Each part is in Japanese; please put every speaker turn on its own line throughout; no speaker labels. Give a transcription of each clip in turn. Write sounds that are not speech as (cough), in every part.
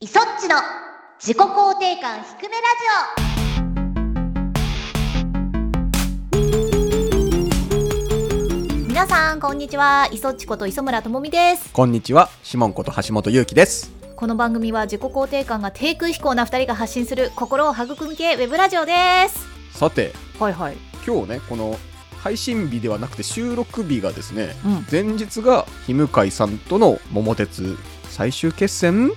イソッチの自己肯定感低めラジオ皆さんこんにちはイソッチこと磯村智美です
こんにちは、シモンこと橋本祐希です。
この番組は自己肯定感が低空飛行な二人が発信する心を育む系ウェブラジオです
さて、
はいはい
今日ね、この配信日ではなくて収録日がですね、
うん
前日が日向井さんとの桃鉄最終決戦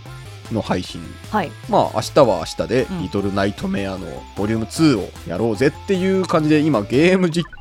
の配信。
はい
まあ、明日は明日で、
うん
リトルナイトメアのボリューム2をやろうぜっていう感じで、今、ゲーム実況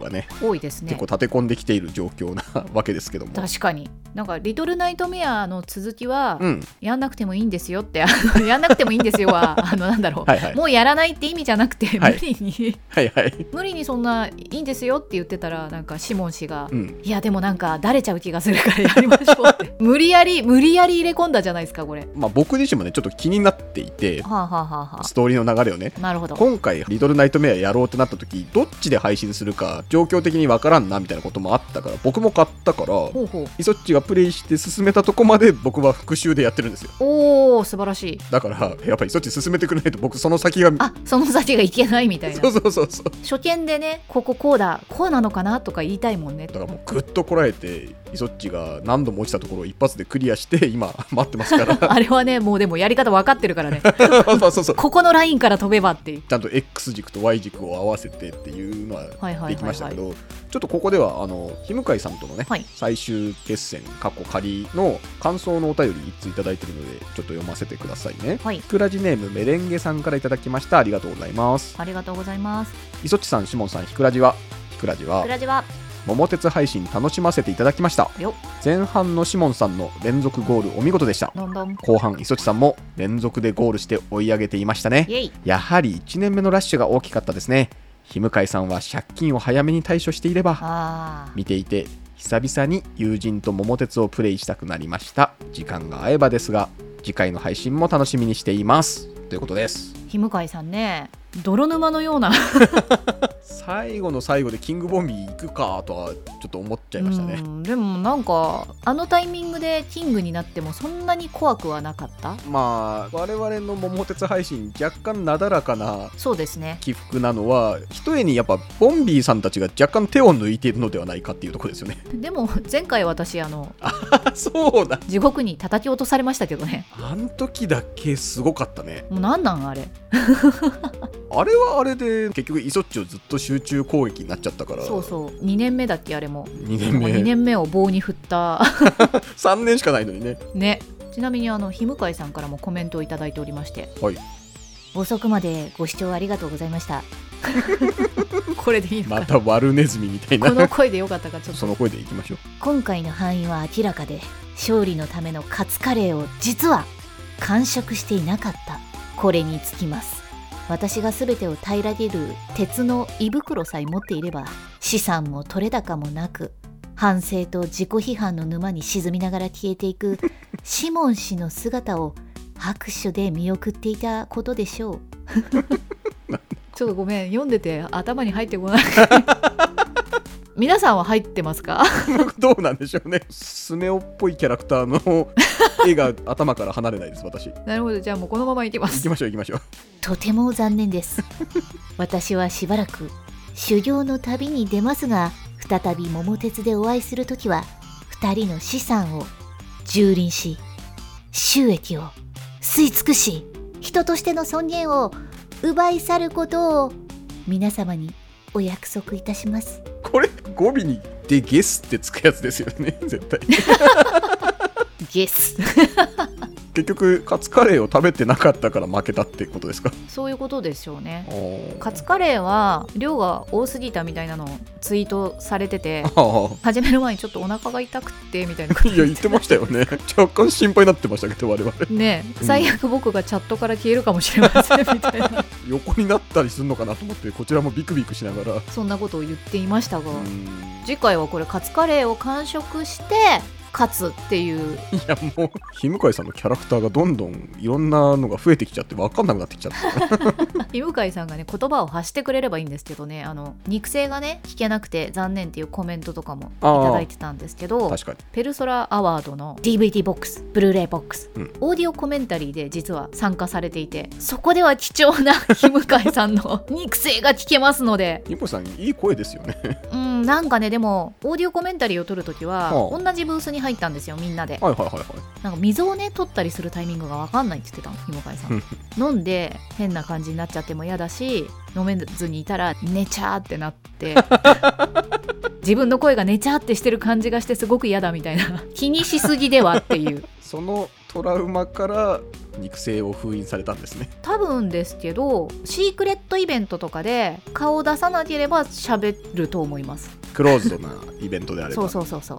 がね、
多いですね
結構立て込んできている状況な (laughs) わけですけども。
確かになんか「リトルナイトメア」の続きは、
うん、
やんなくてもいいんですよってあのやんなくてもいいんですよはあのなんだろう、
はいはい
もうやらないって意味じゃなくて、
は
無
い
理に
はいはい。
無理にそんないいんですよって言ってたらなんかシモン氏が
う。ん、
いやでもなんかだれちゃう気がするからやりましょうって
(laughs)
無理やり無理やり入れ込んだじゃないですかこれは
まあ、僕自身もね、ちょっと気になっていて
あ、はあはあは
ストーリーの流れをね、
あなるほど
今回「リトルナイトメア」やろうってなった時どっちで配信するか状況的にわからんなみたいなこともあったから僕も買ったから
ほうほう
イソッチがプレイして進めたとこまで僕は復習でやってるんですよ
おお素晴らしい
だからやっぱりイソッチ進めてくれないと僕その先が
あその先がいけないみたいな
そうそうそうそう
初見でねこここうだこうなのかなとか言いたいもんね
だからもうグッとこらえてイソッチが何度も落ちたところを一発でクリアして今待ってますか
(laughs)
ら
あれはねもうでもやり方分かってるから
(laughs)
ね
そうそうそう
ここのラインから飛べばっていう
ちゃんと X 軸と Y 軸を合わせてっていうのは
はいはいはいはい
できましたけど、ちょっとここではあの日向井さんとのね、
はい
最終決戦過去仮の感想のお便り一通いただいてるのでちょっと読ませてくださいね
はい
くらじネームメレンゲさんからいただきましたありがとうございます
ありがとうございます
磯地さんしもんさんひくらじはひくらじは
クラジは
桃鉄配信楽しませていただきました
よ
前半のしもんさんの連続ゴールお見事でした
どんどん
後半磯地さんも連続でゴールして追い上げていましたね
イエイ
やはり1年目のラッシュが大きかったですね日向井さんは借金を早めに対処していれば
あー
見ていて久々に友人と桃鉄をプレイしたくなりました時間が合えばですが次回の配信も楽しみにしていますということです
日向井さんね泥沼のような
最後の最後でキングボンビー行くかとはちょっと思っちゃいましたね
うんでもなんかあのタイミングでキングになってもそんなに怖くはなかった
まあ我々の桃鉄配信若干なだらかな
そうですね
起伏なのはひとえにやっぱボンビーさんたちが若干手を抜いているのではないかっていうところですよね (laughs)
でも前回私あの
あそうだ
地獄に叩き落とされましたけどね
あん時だけすごかったね
もうなんなんあれ
あれはあれで結局イソッチをずっと集中攻撃になっちゃったから
そうそう2年目だっけあれもも
2年
う
目
2年目を棒に振った (laughs)
3年しかないのにね
ねちなみにあの日向井さんからもコメントをいただいておりまして
はい
遅くまでご視聴ありがとうございました
(laughs)
これでいいのか
また悪ネズミみたい
この
な (laughs)
声でよかったかちょっと
その声でいきましょう (laughs)
今回の敗因は明らかで勝利のためのカツカレーを実は完食していなかったこれにつきます私が全てを平らげる鉄の胃袋さえ持っていれば資産も取れ高もなく反省と自己批判の沼に沈みながら消えていくシモン氏の姿を拍手で見送っていたことでしょう (laughs) ちょっとごめん読んでて頭に入ってこない皆さんは入ってますか
どうなんでしょうねスネ夫っぽいキャラクターの
(laughs)
絵が頭から離れないです私行
なるほどじゃあもうこのままいきま
きましょう行きましょう
(laughs) とても残念です (laughs) 私はしばらく修行の旅に出ますが再び桃鉄でお会いするときは二人の資産を蹂躙し収益を吸い尽くし人としての尊厳を奪い去ることを皆様にお約束いたします
これ語尾にでゲスってつくやつですよね (laughs) 絶対
イエス
結局カツカレーを食べてなかったから負けたってことですか
(laughs) そういうことでしょうねカ
カ
ツカレーは量が多すぎたみたいなのをツイートされてて
あ
始める前にちょっとお腹が痛くてみたいなこと
あいや言ってました
(laughs)
よね若干心配になってましたけど我々
ねえ
うん
最悪僕がチャットから消えるかもしれませんみたい
(laughs)
な
横になったりするのかなと思ってこちらもビクビクしながら
そんなことを言っていましたが
うん
次回はこれカツカレーを完食して勝つっていう
いやもう日向井さんのキャラクターがどんどんいろんなのが増えてきちゃって分かんなくなってきちゃった
犬飼さんがね言葉を発してくれればいいんですけどねあの肉声がね聞けなくて残念っていうコメントとかもいただいてたんですけど
確かに
ペルソラアワードの DVD ボックスブルーレイボックス、
うん
オーディオコメンタリーで実は参加されていてそこでは貴重な (laughs) 日向井さんの肉声が聞けますので
日向井さんいい声ですよね
うんなんかねでもオーディオコメンタリーを撮るときは
はあ
同じブースに入ったんですよみんなで
(laughs) はいはいはいはい
なんか水をね取ったりするタイミングが分かんないって言って (laughs) たのひもかいさん飲んで変な感じになっちゃっても嫌だし飲めずにいたら寝ちゃーってなって (laughs) 自分の声が寝ちゃーってしてる感じがしてすごく嫌だみたいな気にしすぎではっていう
そのトラウマから肉声を封印されたんですね
(laughs) 多分ですけどシークレットイベントとかで顔を出さなければ喋ると思います
(laughs) クローズドなイベントであれば
そうそうそうそう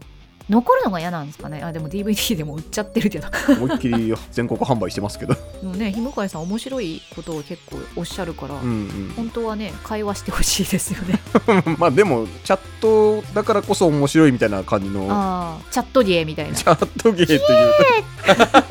残るのが嫌なんですかねあでも DVD でも売っちゃってるけど
思いっきり全国販売してますけど
で (laughs) もねひもかいさん面白いことを結構おっしゃるから、
(laughs) うん、うん、
本当はね会話してほしいですよね
(laughs) まあでもチャットだからこそ面白いみたいな感じの
ああチャット芸みたいな
チャット芸というと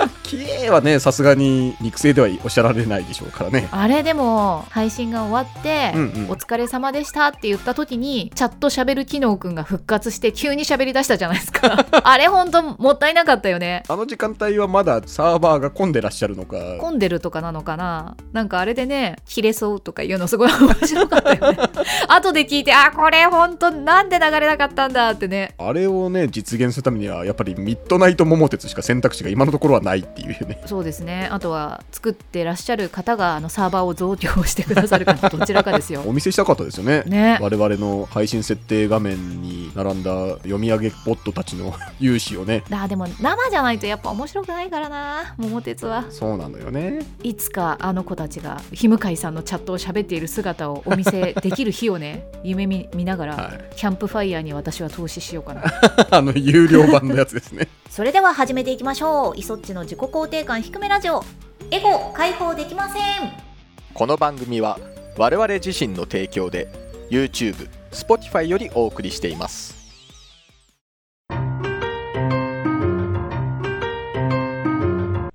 (laughs) キエーはねさすがに肉声ではおっしゃられないでしょうからね
あれでも配信が終わって、
うんうん
お疲れ様でしたって言った時にチャット喋る機能くんが復活して急に喋り出したじゃないですか (laughs) あれ本当もったいなかったよね
あの時間帯はまだサーバーが混んでらっしゃるのか
混んでるとかなのかななんかあれでね切れそうとかいうのすごい面白かった
(laughs)
よね後で聞いてあこれ本当なんで流れなかったんだってね
あれをね実現するためにはやっぱりミッドナイト桃鉄しか選択肢が今のところはないっていうね (laughs)
そうですねあとは作ってらっしゃる方があのサーバーを増強してくださるかどちらか
(laughs)
ですよ
お見せしたかったですよね
ね
我々の配信設定画面に並んだ読み上げボットたちの (laughs) 勇姿をね
あーでも生じゃないとやっぱ面白くないからな桃鉄は
そうなのよね
いつかあの子たちがひむかいさんのチャットを喋っている姿をお見せできる日を
(laughs)
ね夢見見ながら、
はい (laughs)
キャンプファイヤーに私は投資しようかな
あの有料版のやつですね
それでは始めていきましょうイソッチの自己肯定感低めラジオエゴ解放できません
(laughs) この番組は我々自身の提供で YouTube、Spotify よりお送りしています。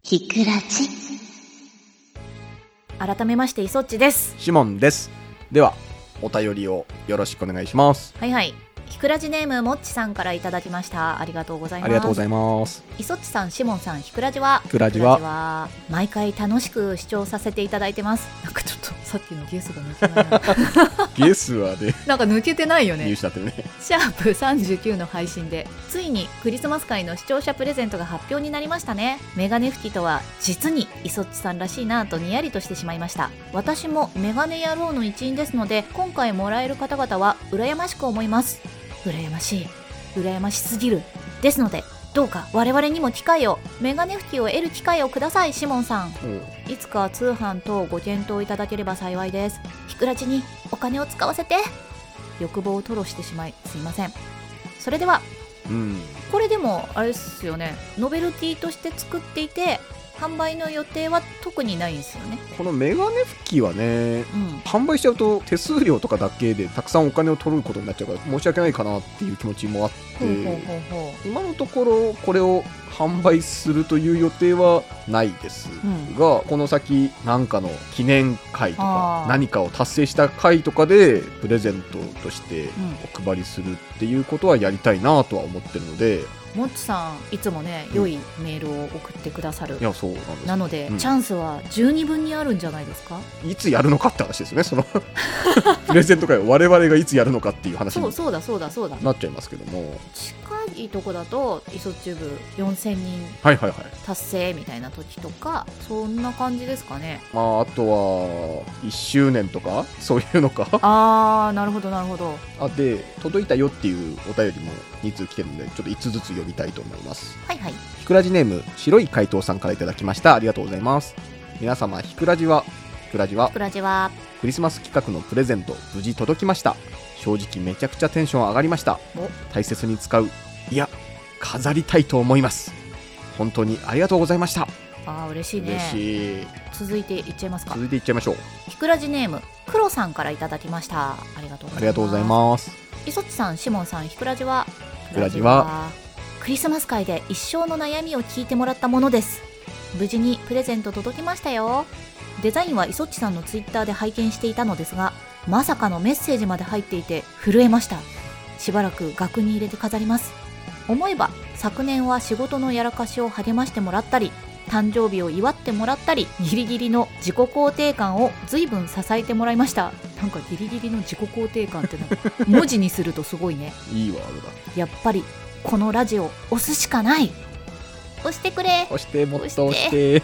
ひくらち。
改めましてイソッチです
シモンですではお便りをよろしくお願いします
はいはいひくらじネームもっちさんからいただきましたありがとうございます
ありがとうござ
い
います
ますイソッチさんシモンさんひくらじは
ひくらじは
ひくらじは毎回楽しく視聴させていただいてますなんかちょっとさっきのゲスが抜け
(laughs)
ないな
ゲスはで
なんか抜けてないよ
入
(laughs) ね
手だってね
シャープ39の配信でついにクリスマス会の視聴者プレゼントが発表になりましたねメガネ拭きとは実にイソッチさんらしいなぁとにやりとしてしまいました私もメガネ野郎の一員ですので今回もらえる方々は羨ましく思います羨ましい羨ましすぎるですのでどうか我々にも機会をメガネ拭きを得る機会をくださいシモンさんいつか通販等をご検討いただければ幸いです。ひくらちにお金を使わせて欲望を吐露してしまいすいません。それでは、
うん
これでもあれですよね、ノベルティとして作っていて、販売の予定は特にないんですよね。
このメガネ拭きは
う
ね
ん。
販売しちゃうと手数料とかだけでたくさんお金を取ることになっちゃうから申し訳ないかなっていう気持ちもあっ
ほ
て、
うほうほうほ
今のところこれを販売するという予定はないですが、この先何かの記念会と
あ
か
ー。
何かを達成した会とかでプレゼントとしてお配りするっていうことはやりたいなとは思ってるのでいう
もっちさん、いつもね、良いメールを送ってくださる。
やそうなんです
なので、
うん
チャンスは十二分にあるんじゃないですか
いつやるのかって話ですねそのプレゼント会を我々がいつやるのかっていう話
そう
に
そうだそうだそうだ
なっちゃいますけども
近いとこだとイソチューブ4000人
はいはいはい
達成みたいな時とかそんな感じですかね
まあ、あとは1周年とかそういうのか
あーなるほどなるほど
あで届いたよっていうお便りも2通来てるのでちょっと5つずつ読みたいと思います
はいはい
ひくらじネーム白い怪盗さんからいただきましたありがとうございます皆様ひくらじはひくらじは
プラジは
クリスマス企画のプレゼント無事届きました正直めちゃくちゃテンション上がりました
お
大切に使ういや飾りたいと思います本当にありがとうございました
あー嬉しい
嬉
ね
しい
続いていっちゃいますか
続いていっちゃいましょう
ひくらじネームクロさんからいただきましたありがとうございます
ありがとうございます
いそっちさんシモンさんひくらじはひ
くらじは
ククリスマス会で一生の悩みを聞いてもらったものです無事にプレゼント届きましたよデザインは磯っちさんのツイッターで拝見していたのですがまさかのメッセージまで入っていて震えましたしばらく額に入れて飾ります思えば昨年は仕事のやらかしを励ましてもらったり誕生日を祝ってもらったりギリギリの自己肯定感を随分支えてもらいましたなんかギリギリの自己肯定感ってなんか文字にするとすごいね
いいワードだ
やっぱりこのラジオ押すしかない押してくれ
押してもっと押
押
し
して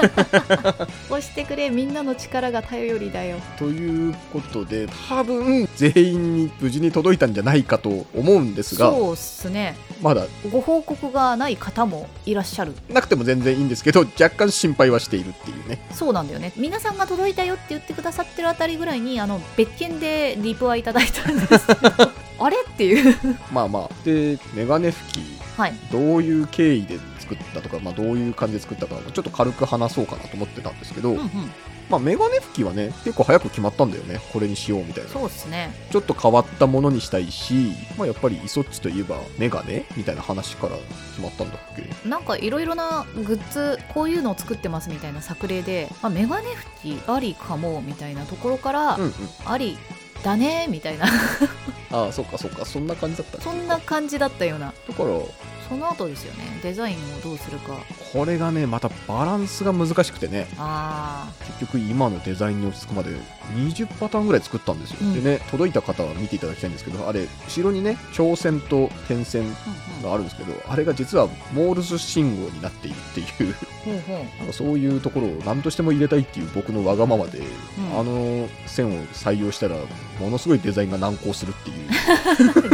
押してくれみんなの力が頼りだよ
ということで多分全員に無事に届いたんじゃないかと思うんですが
そうっすね
まだ
ご報告がない方もいらっしゃる
なくても全然いいんですけど若干心配はしているっていうね
そうなんだよね皆さんが届いたよって言ってくださってるあたりぐらいにあの別件でリプはいただいたんですけど
(laughs)
あれっていう
まあまあでメガネ拭き
はい
どういう経緯で作ったとか、まあ、どういう感じで作ったかちょっと軽く話そうかなと思ってたんですけど、
うんうん
まあ、メガネ拭きはね結構早く決まったんだよねこれにしようみたいな
そうっすね
ちょっと変わったものにしたいし、まあ、やっぱりイソッチといえばメガネみたいな話から決まったんだっけ
なんかいろいろなグッズこういうのを作ってますみたいな作例であメガネ拭きありかもみたいなところから、
うんうん
ありだねみたいな (laughs)
ああそっかそっかそんな感じだった
そんな感じだったような
だから
その後ですよねデザインをどうするか
これがねまたバランスが難しくてね
あ
結局今のデザインに落ち着くまで20パターンぐらい作ったんですよ、
うん
でね届いた方は見ていただきたいんですけどあれ後ろにね挑戦と点線
あ、
があるんですけどあれが実はモールス信号になっているっていう (laughs)
ほうほう
なんかそういうところを何としても入れたいっていう僕のわがままで、
ん
あの線を採用したらものすごいデザインが難航するっていう (laughs)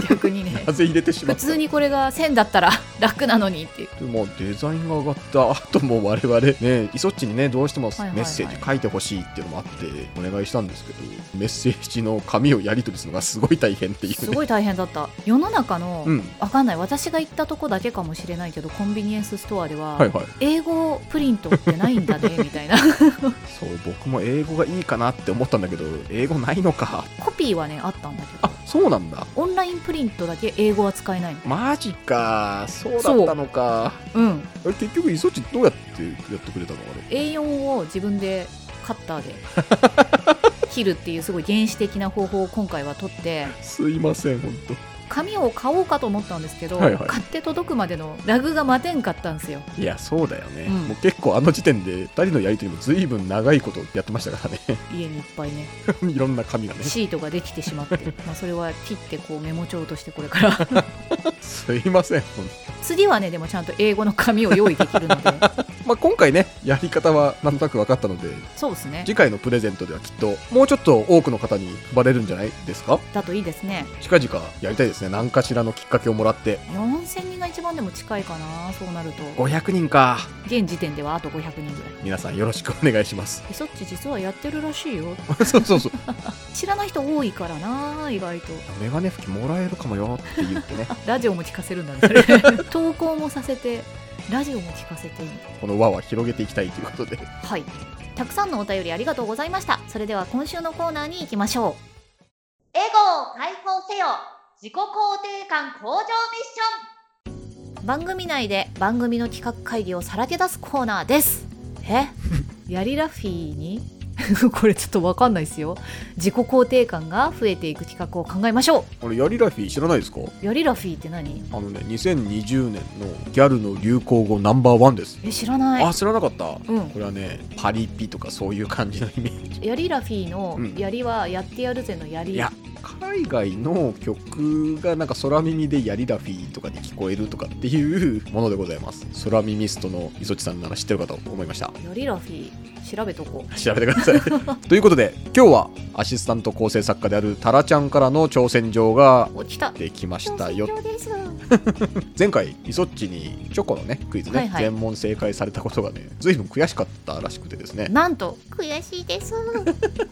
逆にね
なぜ入れてしま
普
った
通にこれが線だったら (laughs) 楽なのにっていう
でもデザインが上がった (laughs) 後も我々ねイソッチにねどうしてもメ
いはいはい
ッセージ書いてほしいっていうのもあってお願いしたんですけどメッセージの紙をやり取りするのがすごい大変っていうね
すごい大変だった世の中の、
(laughs) うん
わかんない私が行ったとこだけかもしれないけどコンビニエンスストアでは、
はいはい
英語プリントってないんだねみ
(laughs)
たいな
そう僕も英語がいいかなって思ったんだけど英語ないのか (laughs)
コピーはねあったんだけど
あそうなんだ
オンラインプリントだけ英語は使えないの
マジかそうだったのか
うん
あれ結局イソッチどうやってやってくれたのあれ
A4 を自分でカッターで切るっていうすごい原始的な方法を今回は取って
すいません本
紙を買おうかと思ったんですけど、
はいはい
買って届くまでのラグが待てんかったんですよ
当いやそうだよね、
うん
もう結構あの時点で2人のやり取りも随分長いことやってましたからね
家にいっぱいね
いろんな紙がね (laughs)
シートができてしまってまあそれは切ってこうメモ帳としてこれから (laughs)
すいません本当
次はねでもちゃんと英語の紙を用意できるので
まあ、今回ねやり方はなんとなく分かったので
そうですね
次回のプレゼントではきっともうちょっと多くの方に配れるんじゃないですか
だといいですね
近々やりたいですね何かしらのきっかけをもらって
4000人が一番でも近いかなそうなると
500人か
現時点ではあと500人ぐらい
皆さんよろしくお願いします (laughs)
えそっち実はやってるらしいよ
そうそうそう
知らない人多いからな意外と
メガネ拭きもらえるかもよって言ってね (laughs)
ラジオも聞かせるんだねそれ (laughs) 投稿もさせてラジオも聞かせて
この輪は広げていきたいということで
はいたくさんのお便りありがとうございましたそれでは今週のコーナーに行きましょ
エゴを解放せよ自己肯定感向上ミッション
う番組内で番組の企画会議をさらけ出すコーナーですえ (laughs) やりラフィーに (laughs) これちょっとわかんないですよ自己肯定感が増えていく企画を考えましょ
あれヤリラフィー知らないですか
うやりラフィーって何
あのね2020年のギャルの流行語ナンバーワンです、
え知らない
あ知らなかった
うん
これはねパリピとかそういう感じのイメージ
やりラフィーの
うん
やりはやってやるぜのやり
いや海外の曲がなんか空耳でヤリラフィーとかに聞こえるとかっていうものでございます空耳ストの磯地さんなら知ってるかと思いました
やりラフィー調べとこう
調べてくださいということで今日はアシスタント構成作家であるタラちゃんからの挑戦状が
お来た
できましたよ
です
前回イソッチにチョコのねクイズね、
はいはい
全問正解されたことがね随分悔しかったらしくてですね
なんと
悔しいです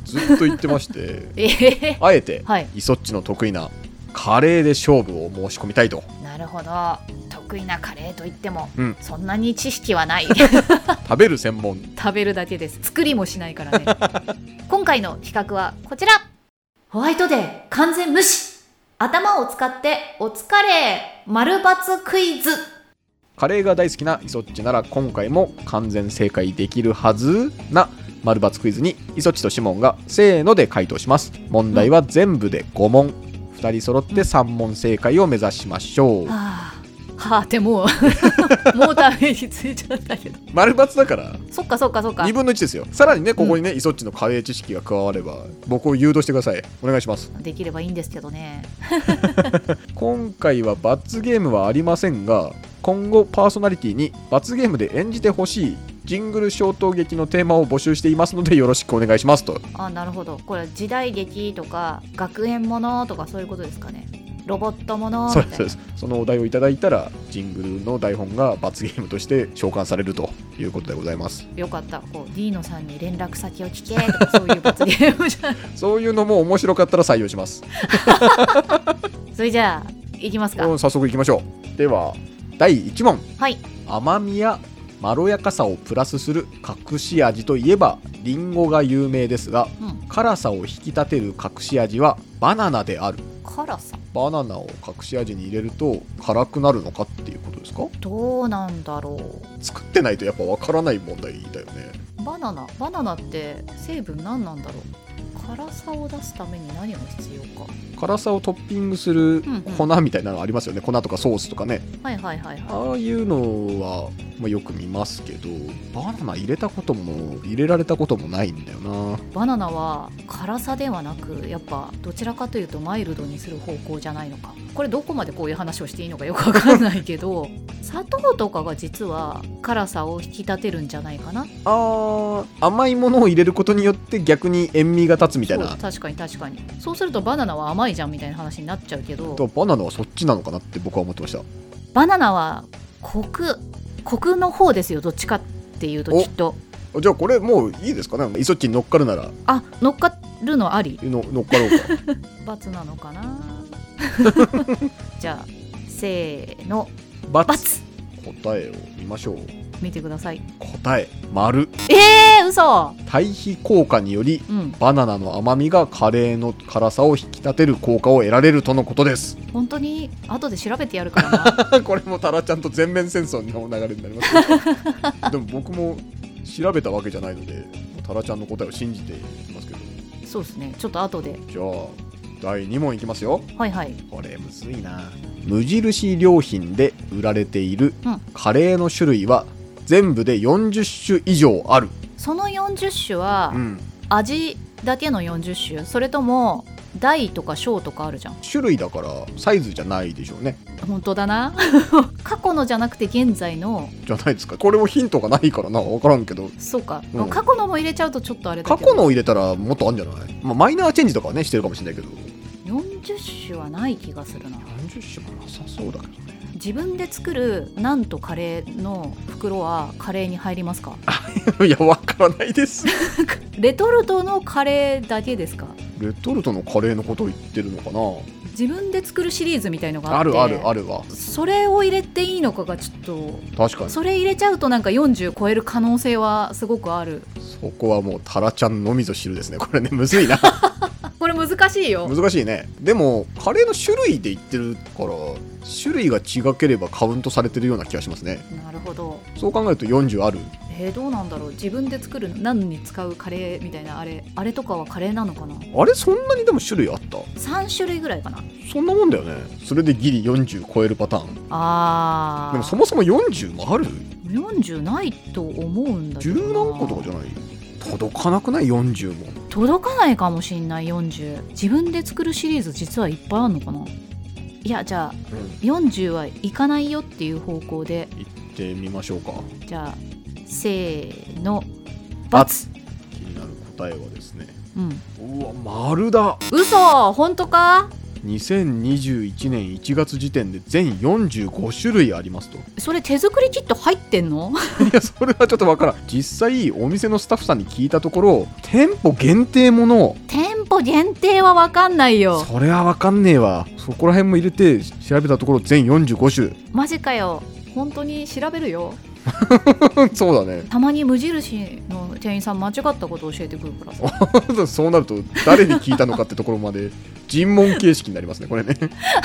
ずっと言ってまして
(laughs) ええ
あえて
はい
イソッチの得意なカレーで勝負を申し込みたいと
なるほど得意なカレーといっても、
うん
そんなに知識はない (laughs)
食べる専門
食べるだけです作りもしない
(laughs)
からね今回の企画はこちらホワイトデー完全無視
頭を使ってお疲れ丸抜クイズ
カレーが大好きなイソッチなら今回も完全正解できるはずな丸抜クイズにイソッチとシモンがせーので回答します問題は全部で5問2人揃って3問正解を目指しましょう
はあ、はあ、っても (laughs) うもうダメージついちゃったけど
丸抜だから
そっかそっかそっか
2分の1ですよさらにねここにね、イソッチのカレー知識が加われば僕を誘導してくださいお願いします
できればいいんですけどね
今回は罰ゲームはありませんが今後パーソナリティに罰ゲームで演じてほしいジングル消灯劇のテーマを募集していますのでよろしくお願いしますと
あなるほどこれは時代劇とか学園ものとかそういうことですかねロボットものみ
そ
た
う
いな
ですそうですそのお題をいただいたらジングルの台本が罰ゲームとして召喚されるということでございます
よかったこう D のさんに連絡先を聞けとかそういう罰ゲームじゃな
(laughs)
い
そういうのも面白かったら採用します
それじゃあいきますか
もう早速いきましょうでは第1問
はい
甘みやまろやかさをプラスする隠し味といえばリンゴが有名ですが
うん
辛さを引き立てる隠し味はバナナである
辛さ
バナナを隠し味に入れると辛くなるのかっていうことですか
どうなんだろう
作ってないとやっぱわからない問題だよね
バナナバナナって成分何なんだろう辛さを出すために何が必要か
辛さをトッピングする
んうん
粉みたいなのありますよね粉とかソースとかね
はいはいはいは
ああいうのは、まあ、よく見ますけどバナナ入れたことも入れられたこともないんだよない
バナナは辛さではなくやっぱどちらかというとマイルドにする方向じゃないのかこれどこまでこういう話をしていいのかよくわかんないけど砂糖とかが実は辛さを引き立てるんじゃないかなみ
あー甘いものを入れることによって逆に塩味が立つみたいな
確かに確かにそうするとバナナは甘いじゃんみたいな話になっちゃうけど
とバナナはそっちなのかなって僕は思ってました
バナナはコクコクの方ですよどっちかっていうときっと
じゃあこれもういいですかねイソッチに乗っかるなら
あ乗っかるのあり
の乗っかろうか
×なのかな (laughs) じゃあせーの
(laughs) バ
×
答えを見ましょう
見てください
答え丸
えー、嘘
対比効果により
うん
バナナの甘みがカレーの辛さを引き立てる効果を得られるとのことです (laughs)
本当に後で調べてやるから (laughs) な
これもタラちゃんと全面戦争の流れになりますけ (laughs) どでも僕も調べたわけじゃないのでタラちゃんの答えを信じていきますけど
そうですねちょっと後で
じゃあ第2問いきますよ
はいはい
これむずいな無印良品で売られている
うん
カレーの種類は全部で40種以上ある、
その40種は
うん、
味だけの40種それとも大とか小とかあるじゃん
種類だからサイズじゃないでしょうね
本当だな (laughs) 過去のじゃなくて現在の
じゃないですかこれもヒントがないからな分からんけど
そうか、
うん
過去のも入れちゃうとちょっとあれだ
過
けど
去のを入れたらもっとあるんじゃない、まあ、マイナーチェンジとかはねしてるかもしれないけど
40種はない気がするな
40種もなさそうだけどね
自分で作るなんとカレーの袋はカレーに入りますか
(laughs) いや分からないです
レトルトのカレーだけですか
レトルトのカレーのことを言ってるのかな
自分で作るシリーズみたいのがあ
あ
って
るあるあるわ
それを入れていいのかがちょっと
確かに
それ入れちゃうとなんか40超える可能性はすごくある
そこはもうタラちゃんのみぞ知るですねこれねむ (laughs) ずいな
あこれ難しいよ
難しいねでもカレーの種類で言ってるから種類が違ければカウントされてるような気がしますね
なるほど
そう考えると40ある
えー、どうなんだろう自分で作る何に使うカレーみたいなあれあれとかはカレーなのかな
あれそんなにでも種類あった
3種類ぐらいかな
そんなもんだよねそれでギリ40超えるパターン
あー
でもそもそも40もある
40ないと思うんだけ
十
どな
何個とかじゃない届かなくない40も
届かないかもしんない40自分で作るシリーズ実はいっぱいあるのかないやじゃあ40はいかないよっていう方向で
行ってみましょうか
じゃあせーの罰
罰気になる答えはですね
うん
うわ丸だ
嘘本当か
2021年1月時点で全45種類ありますと (laughs) い
それ手作りキット入ってんの (laughs)
やそれはちょっとわからん実際お店のスタッフさんに聞いたところ店舗限定もの
店舗限定は分かんないよ
それはわかんねえわそこら辺も入れて調べたところ全45
マジかよ本当に調べるよ
種そうだね (laughs)
たまに無印の店員さん間違ったこと教えてくるからさ
そうなると誰に聞いたのかってところまで尋問形式になりますねこれね (laughs)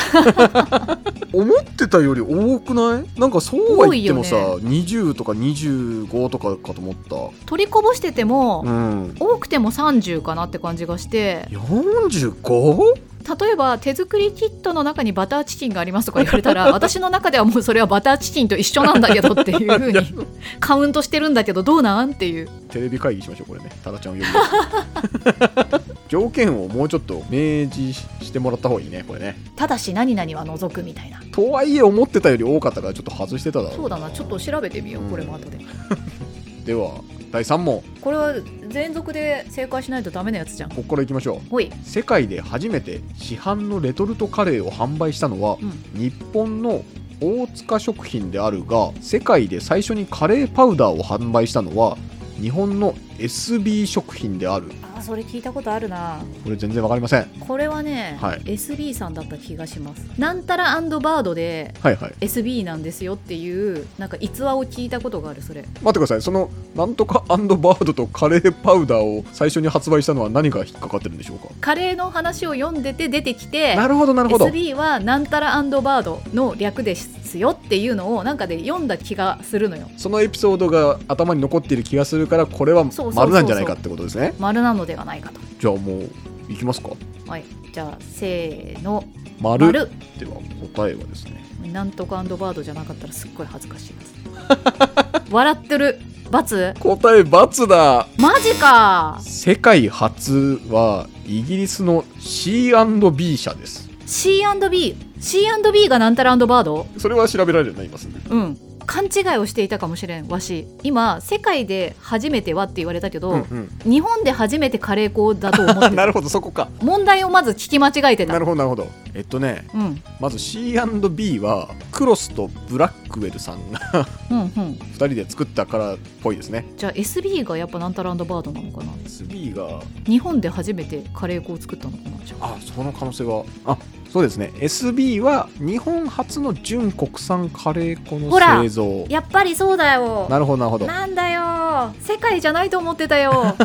思ってたより多くないなんかそうは言ってもさ、
多いよ
20とか25とかかと思った
取りこぼしてても、
うん
多くても30かなって感じがして
45?
例えば手作りキットの中にバターチキンがありますとか言われた
(laughs)
ら私の中ではもうそれはバターチキンと一緒なんだけどっていう風
いや
にカウントしてるんだけどどうなんっていう
テレビ会議しましょうこれねタラちゃんを呼び出して (laughs) 条件をもうちょっと明示してもらった方がいいねこれね
ただし何々は除くみたいな
とはいえ思ってたより多かったからちょっと外してただろ
そうだなちょっと調べてみようこれも後で
では第3問
これは全続で正解しないとダメなやつじゃん
ここからいきましょう
ほい
世界で初めて市販のレトルトカレーを販売したのは、
うん
日本の大塚食品であるが世界で最初にカレーパウダーを販売したのは日本の SB 食品である
あーそれ聞いたことあるな
これ全然わかりません
これはね、
はい
SB さんだった気がしますなんたらバードで
はいはい
SB なんですよっていうなんか逸話を聞いたことがあるそれ
待ってくださいそのなんとかバードとカレーパウダーを最初に発売したのは何が引っかかってるんでしょうか
カレーの話を読んでて出てきて
なるほどなるほど
SB はなんたらバードの略ですよっていうのをなんかで読んだ気がするのよ
そのエピソードが頭に残っている気がするからこれは
そうそうそう
丸なんじゃないかってことですね
丸なのではないかと
じゃあもういきますか
はいじゃあせーの
丸
丸
では答えはですね
なんとかバードじゃなかったらすっごい恥ずかしいやつ笑ってる×
答え×だ
マジか
世界初はイギリスの C&B 社です
C&B C&B がなんたらバード
それは調べられるな今すぐ
うん勘違いをしていたかもしれんわし今世界で初めてはって言われたけど、
ん
日本で初めてカレー粉だと思っ
(laughs) あ
て
な
た
るほどそこか
問題をまず聞き間違えて
な
た
るほどなるほどえっとね
うんうん
まず C&B はクロスとブラックウェルさんが (laughs)
うん
2人で作ったからっぽいですね
じゃあ SB がやっぱなんたらバードなのかな
SB が
日本で初めてカレー粉を作ったのかなじゃあ
あその可能性はあそうですね SB は日本初の純国産カレー粉
ほら
の製造
やっぱりそうだよ
なるほどなるほど
なんだよ世界じゃないと思ってたよ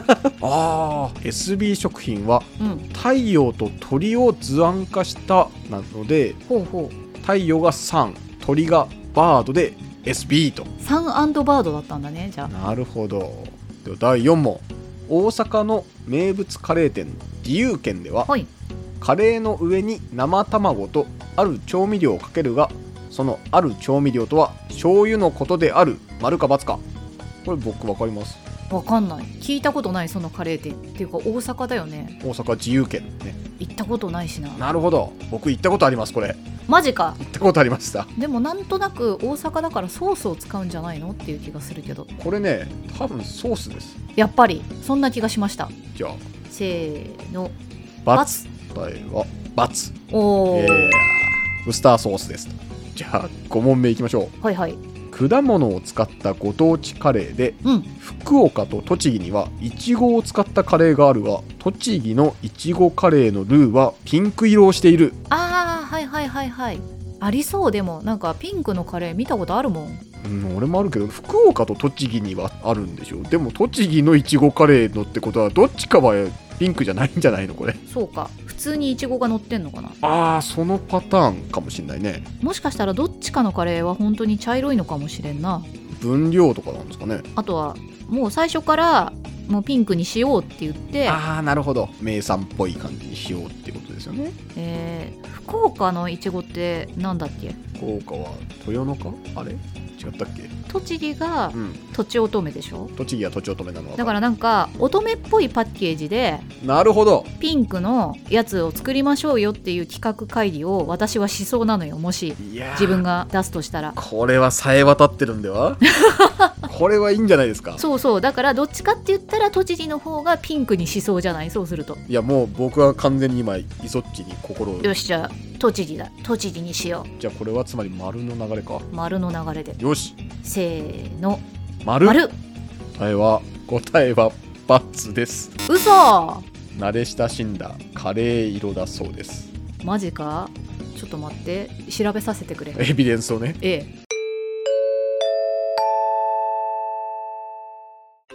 あー SB 食品は
うん
太陽と鳥を図案化したなので
ほうほう
太陽がサン鳥がバードで SB と
サンバードだったんだねじゃあ
なるほどでは第4問大阪の名物カレー店自由軒では
はい
カレーの上に生卵とある調味料をかけるがそのある調味料とは醤油のことである丸か×かこれ僕分かります
わかんない聞いたことないそのカレー店っていうか大阪だよね
大阪自由軒ね
行ったことないしな
なるほど僕行ったことありますこれ
マジか
行ったことありました
でもなんとなく大阪だからソースを使うんじゃないのっていう気がするけど
これね多分ソースです
やっぱりそんな気がしました
じゃあ
せーの
×答えは×
おお、
えーウスターソースですとじゃあ5問目いきましょ
はいはいう
果物を使ったご当地カレーで
うん
福岡と栃木にはイチゴを使ったカレーがあるが栃木のイチゴカレーのルーはピンク色をしている
ああはいはいはいはいありそうでもなんかピンクのカレー見たことあるもん
うん俺もあるけど福岡と栃木にはあるんでしょでも栃木のイチゴカレーのってことはどっちかはピンクじゃないんじゃないのこれ
そうか普通にイチゴが乗ってんのかな
あーそのパターンかもしんないね
もしかしたらどっちかのカレーは本当に茶色いのかもしれんな
分量とかなんですかね
あとはもう最初からもうピンクにしようって言って
ああなるほど名産っぽい感じにしようってことですよね
えー福岡のいちごってなんだっけ
福岡は豊中あれ違ったっけ
栃木が
うん
とちおとめでしょ
栃木はとちおとめなのは
だからなんか乙女っぽいパッケージで
なるほど
ピンクのやつを作りましょうよっていう企画会議を私はしそうなのよもし
いやー
自分が出すとしたら
これはさえ渡ってるんで
(laughs)
はこれはいいんじゃないですか
そうそうだからどっちかって言ったら栃木の方がピンクにしそうじゃないそうすると
いやもう僕は完全に今イソッチに心を
よしじゃあ栃木だ栃木にしよ
じゃあこれはつまり丸の流れか
う丸の流れで
よし
せーの
丸
丸
答えは答えはバツです
嘘
慣れ親しんだカレー色だそうです
マジかちょっと待って調べさせてくれ
エビデンスをね
ええ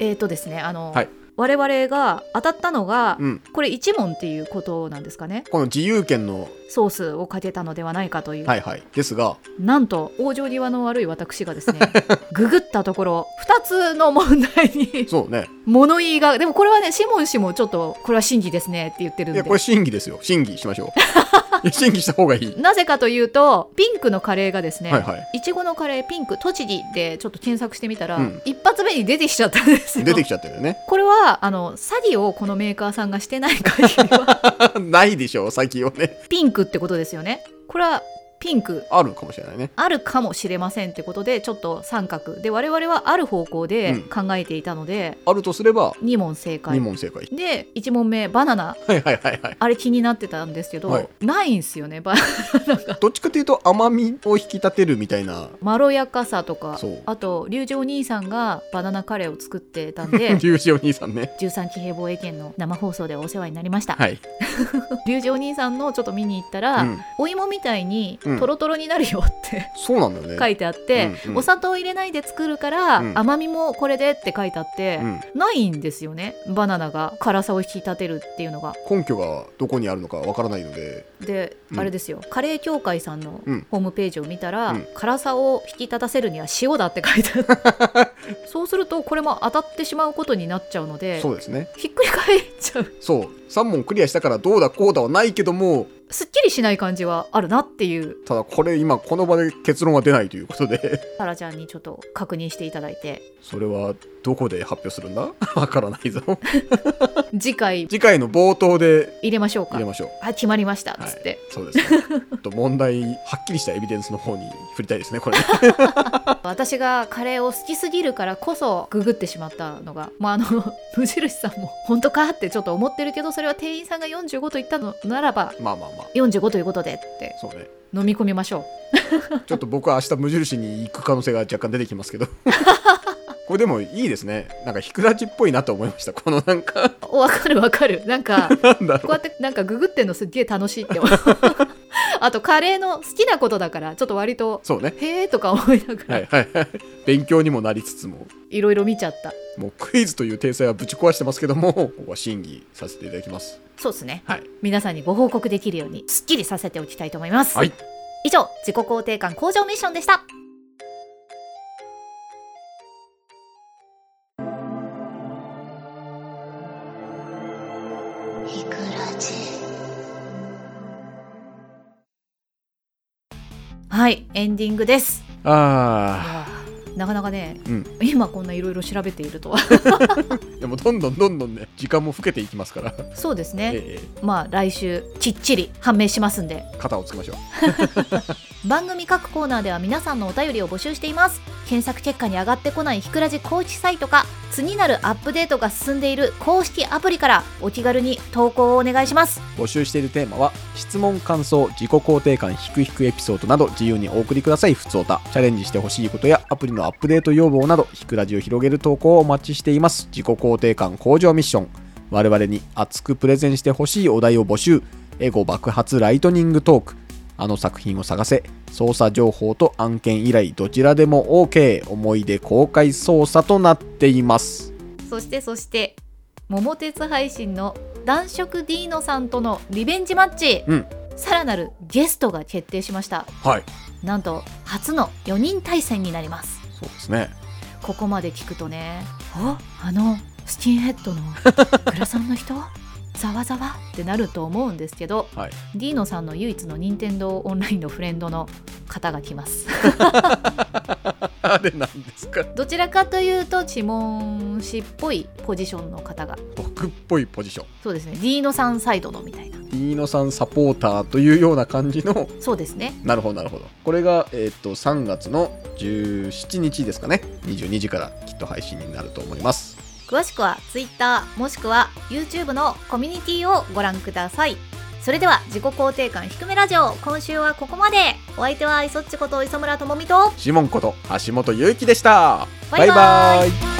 えーとですねあの、
はい
我々が当たったのが、
うん
これ一問っていうことなんですかね
この自由権の
ソースをかけたのではないかという、
はいはいですが
なんと往生際の悪い私がです
(laughs)
ねググったところ2つの問題に
そうね
物言いがでもこれはねシモン氏もちょっとこれは真偽ですねって言ってるん
い
で
やこれ審議ですよ審議しま
(laughs)
しょういや審議した方がいい
なぜかというとピンクのカレーがですね、
はいはい
ちごのカレーピンク栃木でちょっと検索してみたら、
うん
一発目に出てきちゃったんですよ
出てきちゃってるよね (laughs)
これはあの詐欺をこのメーカーさんがしてない限り
(laughs)
は
ないでしょう最近はね
ピンクってことですよねこれはピンク
あるかもしれないね
あるかもしれませんってことでちょっと三角で我々はある方向で考えていたので、
あるとすれば
2問正解
2問正解、
で1問目バナナ
はい、はいはい
(laughs)
はい
あれ気になってたんですけど、
はい
ないんすよねバ
どっちかというと甘みを引き立てるみたいな
まろやかさとか
そう
あと龍二お兄さんがバナナカレーを作ってたん
(laughs)
で
龍二お兄さんね
13期兵防衛圏の生放送でお世話になりました
はい、
龍二お兄さんのちょっと見に行ったら、
うん、
お芋みたいに
うん
トロトロになるよって、
そうなんだよね
書いてあって、
うんうん
お砂糖入れないで作るから、
うん
甘みもこれでって書いてあって
う、ん、
ないんですよねバナナが辛さを引き立てるっていうのが。
根拠がどこにあるのかわからないので
で、
うん
あれですよカレー協会さんの
うん
ホームページを見たら、
うん
辛さを引き立たせるには塩だって書いてある
(laughs)
そうするとこれも当たってしまうことになっちゃうので
そうですね
ひっくり返っちゃう
そう3問クリアしたからどうだこうだはないけども
すっきりしない感じはあるなっていう
ただこれ今この場で結論は出ないということで (laughs)
タラちゃんにちょっと確認していただいて
それはどこで発表するんだ (laughs) わからな
(laughs)
いぞ
次回
次回の冒頭で
入れましょうか
入れましょう
あ決まりました
はい
つって、
そうですねちょっと問題はっきりしたエビデンスの方に振りたいですね
(laughs)
これ
私がカレーを好きすぎるからこそググってしまったのが、まあ、あの無印さんも本当かってちょっと思ってるけどそれは店員さんが45と言ったのならば
まあまあまあ
45ということでって
そうね
飲み込みましょう
ちょっと僕は明日無印に行く可能性が若干出てきますけ (laughs) どこれでもいいですねなんかひくらちっぽいなと思いましたこのなんか
おわかるわかるなんか
なんだ
こうや
ろ
ってなんかググってんのすっげえ楽しいって思うあとカレーの好きなことだからちょっと割と
うそうね
へえとか思いながら、
はい
い、
はいはい勉強にもなりつつも
ろいろ見ちゃった
もうクイズという体裁はぶち壊してますけどもここは審議させていただきます
そうですね、
はい
皆さんにご報告できるようにすっきりさせておきたいと思います、
はい
以上自己肯定感向上ミッションでした
ひくらじ。
はいエンディングですい
あ
やーなかなかね、
うん
今こんないろいろ調べていると
(laughs)
は
あでもどんどんどんどんね時間も更けていきますから、
そうです
え
ね
え
まあ来週きっちり判明しますんで
肩をつけましょう
番組各コーナーでは皆さんのお便りを募集しています検索結果に上がってこないひくらじ公式サイトか次なるアップデートが進んでいる公式アプリからお気軽に投稿をお願いします
募集しているテーマは質問感想自己肯定感ひくひくエピソードなど自由にお送りくださいふつおたチャレンジしてほしいことやアプリのアップデート要望などひくラジを広げる投稿をお待ちしています自己肯定感向上ミッション我々に熱くプレゼンしてほしいお題を募集エゴ爆発ライトニングトークあの作品を探せ捜査情報と案件依頼どちらでも OK 思い出公開捜査となっています
そしてそして桃鉄配信の男色ディーノさんとのリベンジマッチ、
うん
さらなるゲストが決定しました
はい
なんと初の4人対戦になります
そうですね (laughs)
ここまで聞くとねああのスキンヘッ
(laughs)
ドのグラさんの人ざわざわってなると思うんですけど、
はい
ディーノさんの唯一の任天堂オンラインのフレンドの方が来ます (laughs)
あれなんですか
どちらかというとチモン氏っぽいポジションの方が
僕っぽいポジション
そうですねディーノさんサイドのみたいな
ディーノさんサポーターというような感じの
そうですね
なるほどなるほどこれが、えーっと3月の17日ですかね22時からきっと配信になると思います
詳しくは Twitter もしくは YouTube のコミュニティをご覧くださいそれでは自己肯定感低めラジオ今週はここまでお相手はイソッチこと磯村智美と
シモンこと橋本ゆうきでした
バイバイ
バイバイ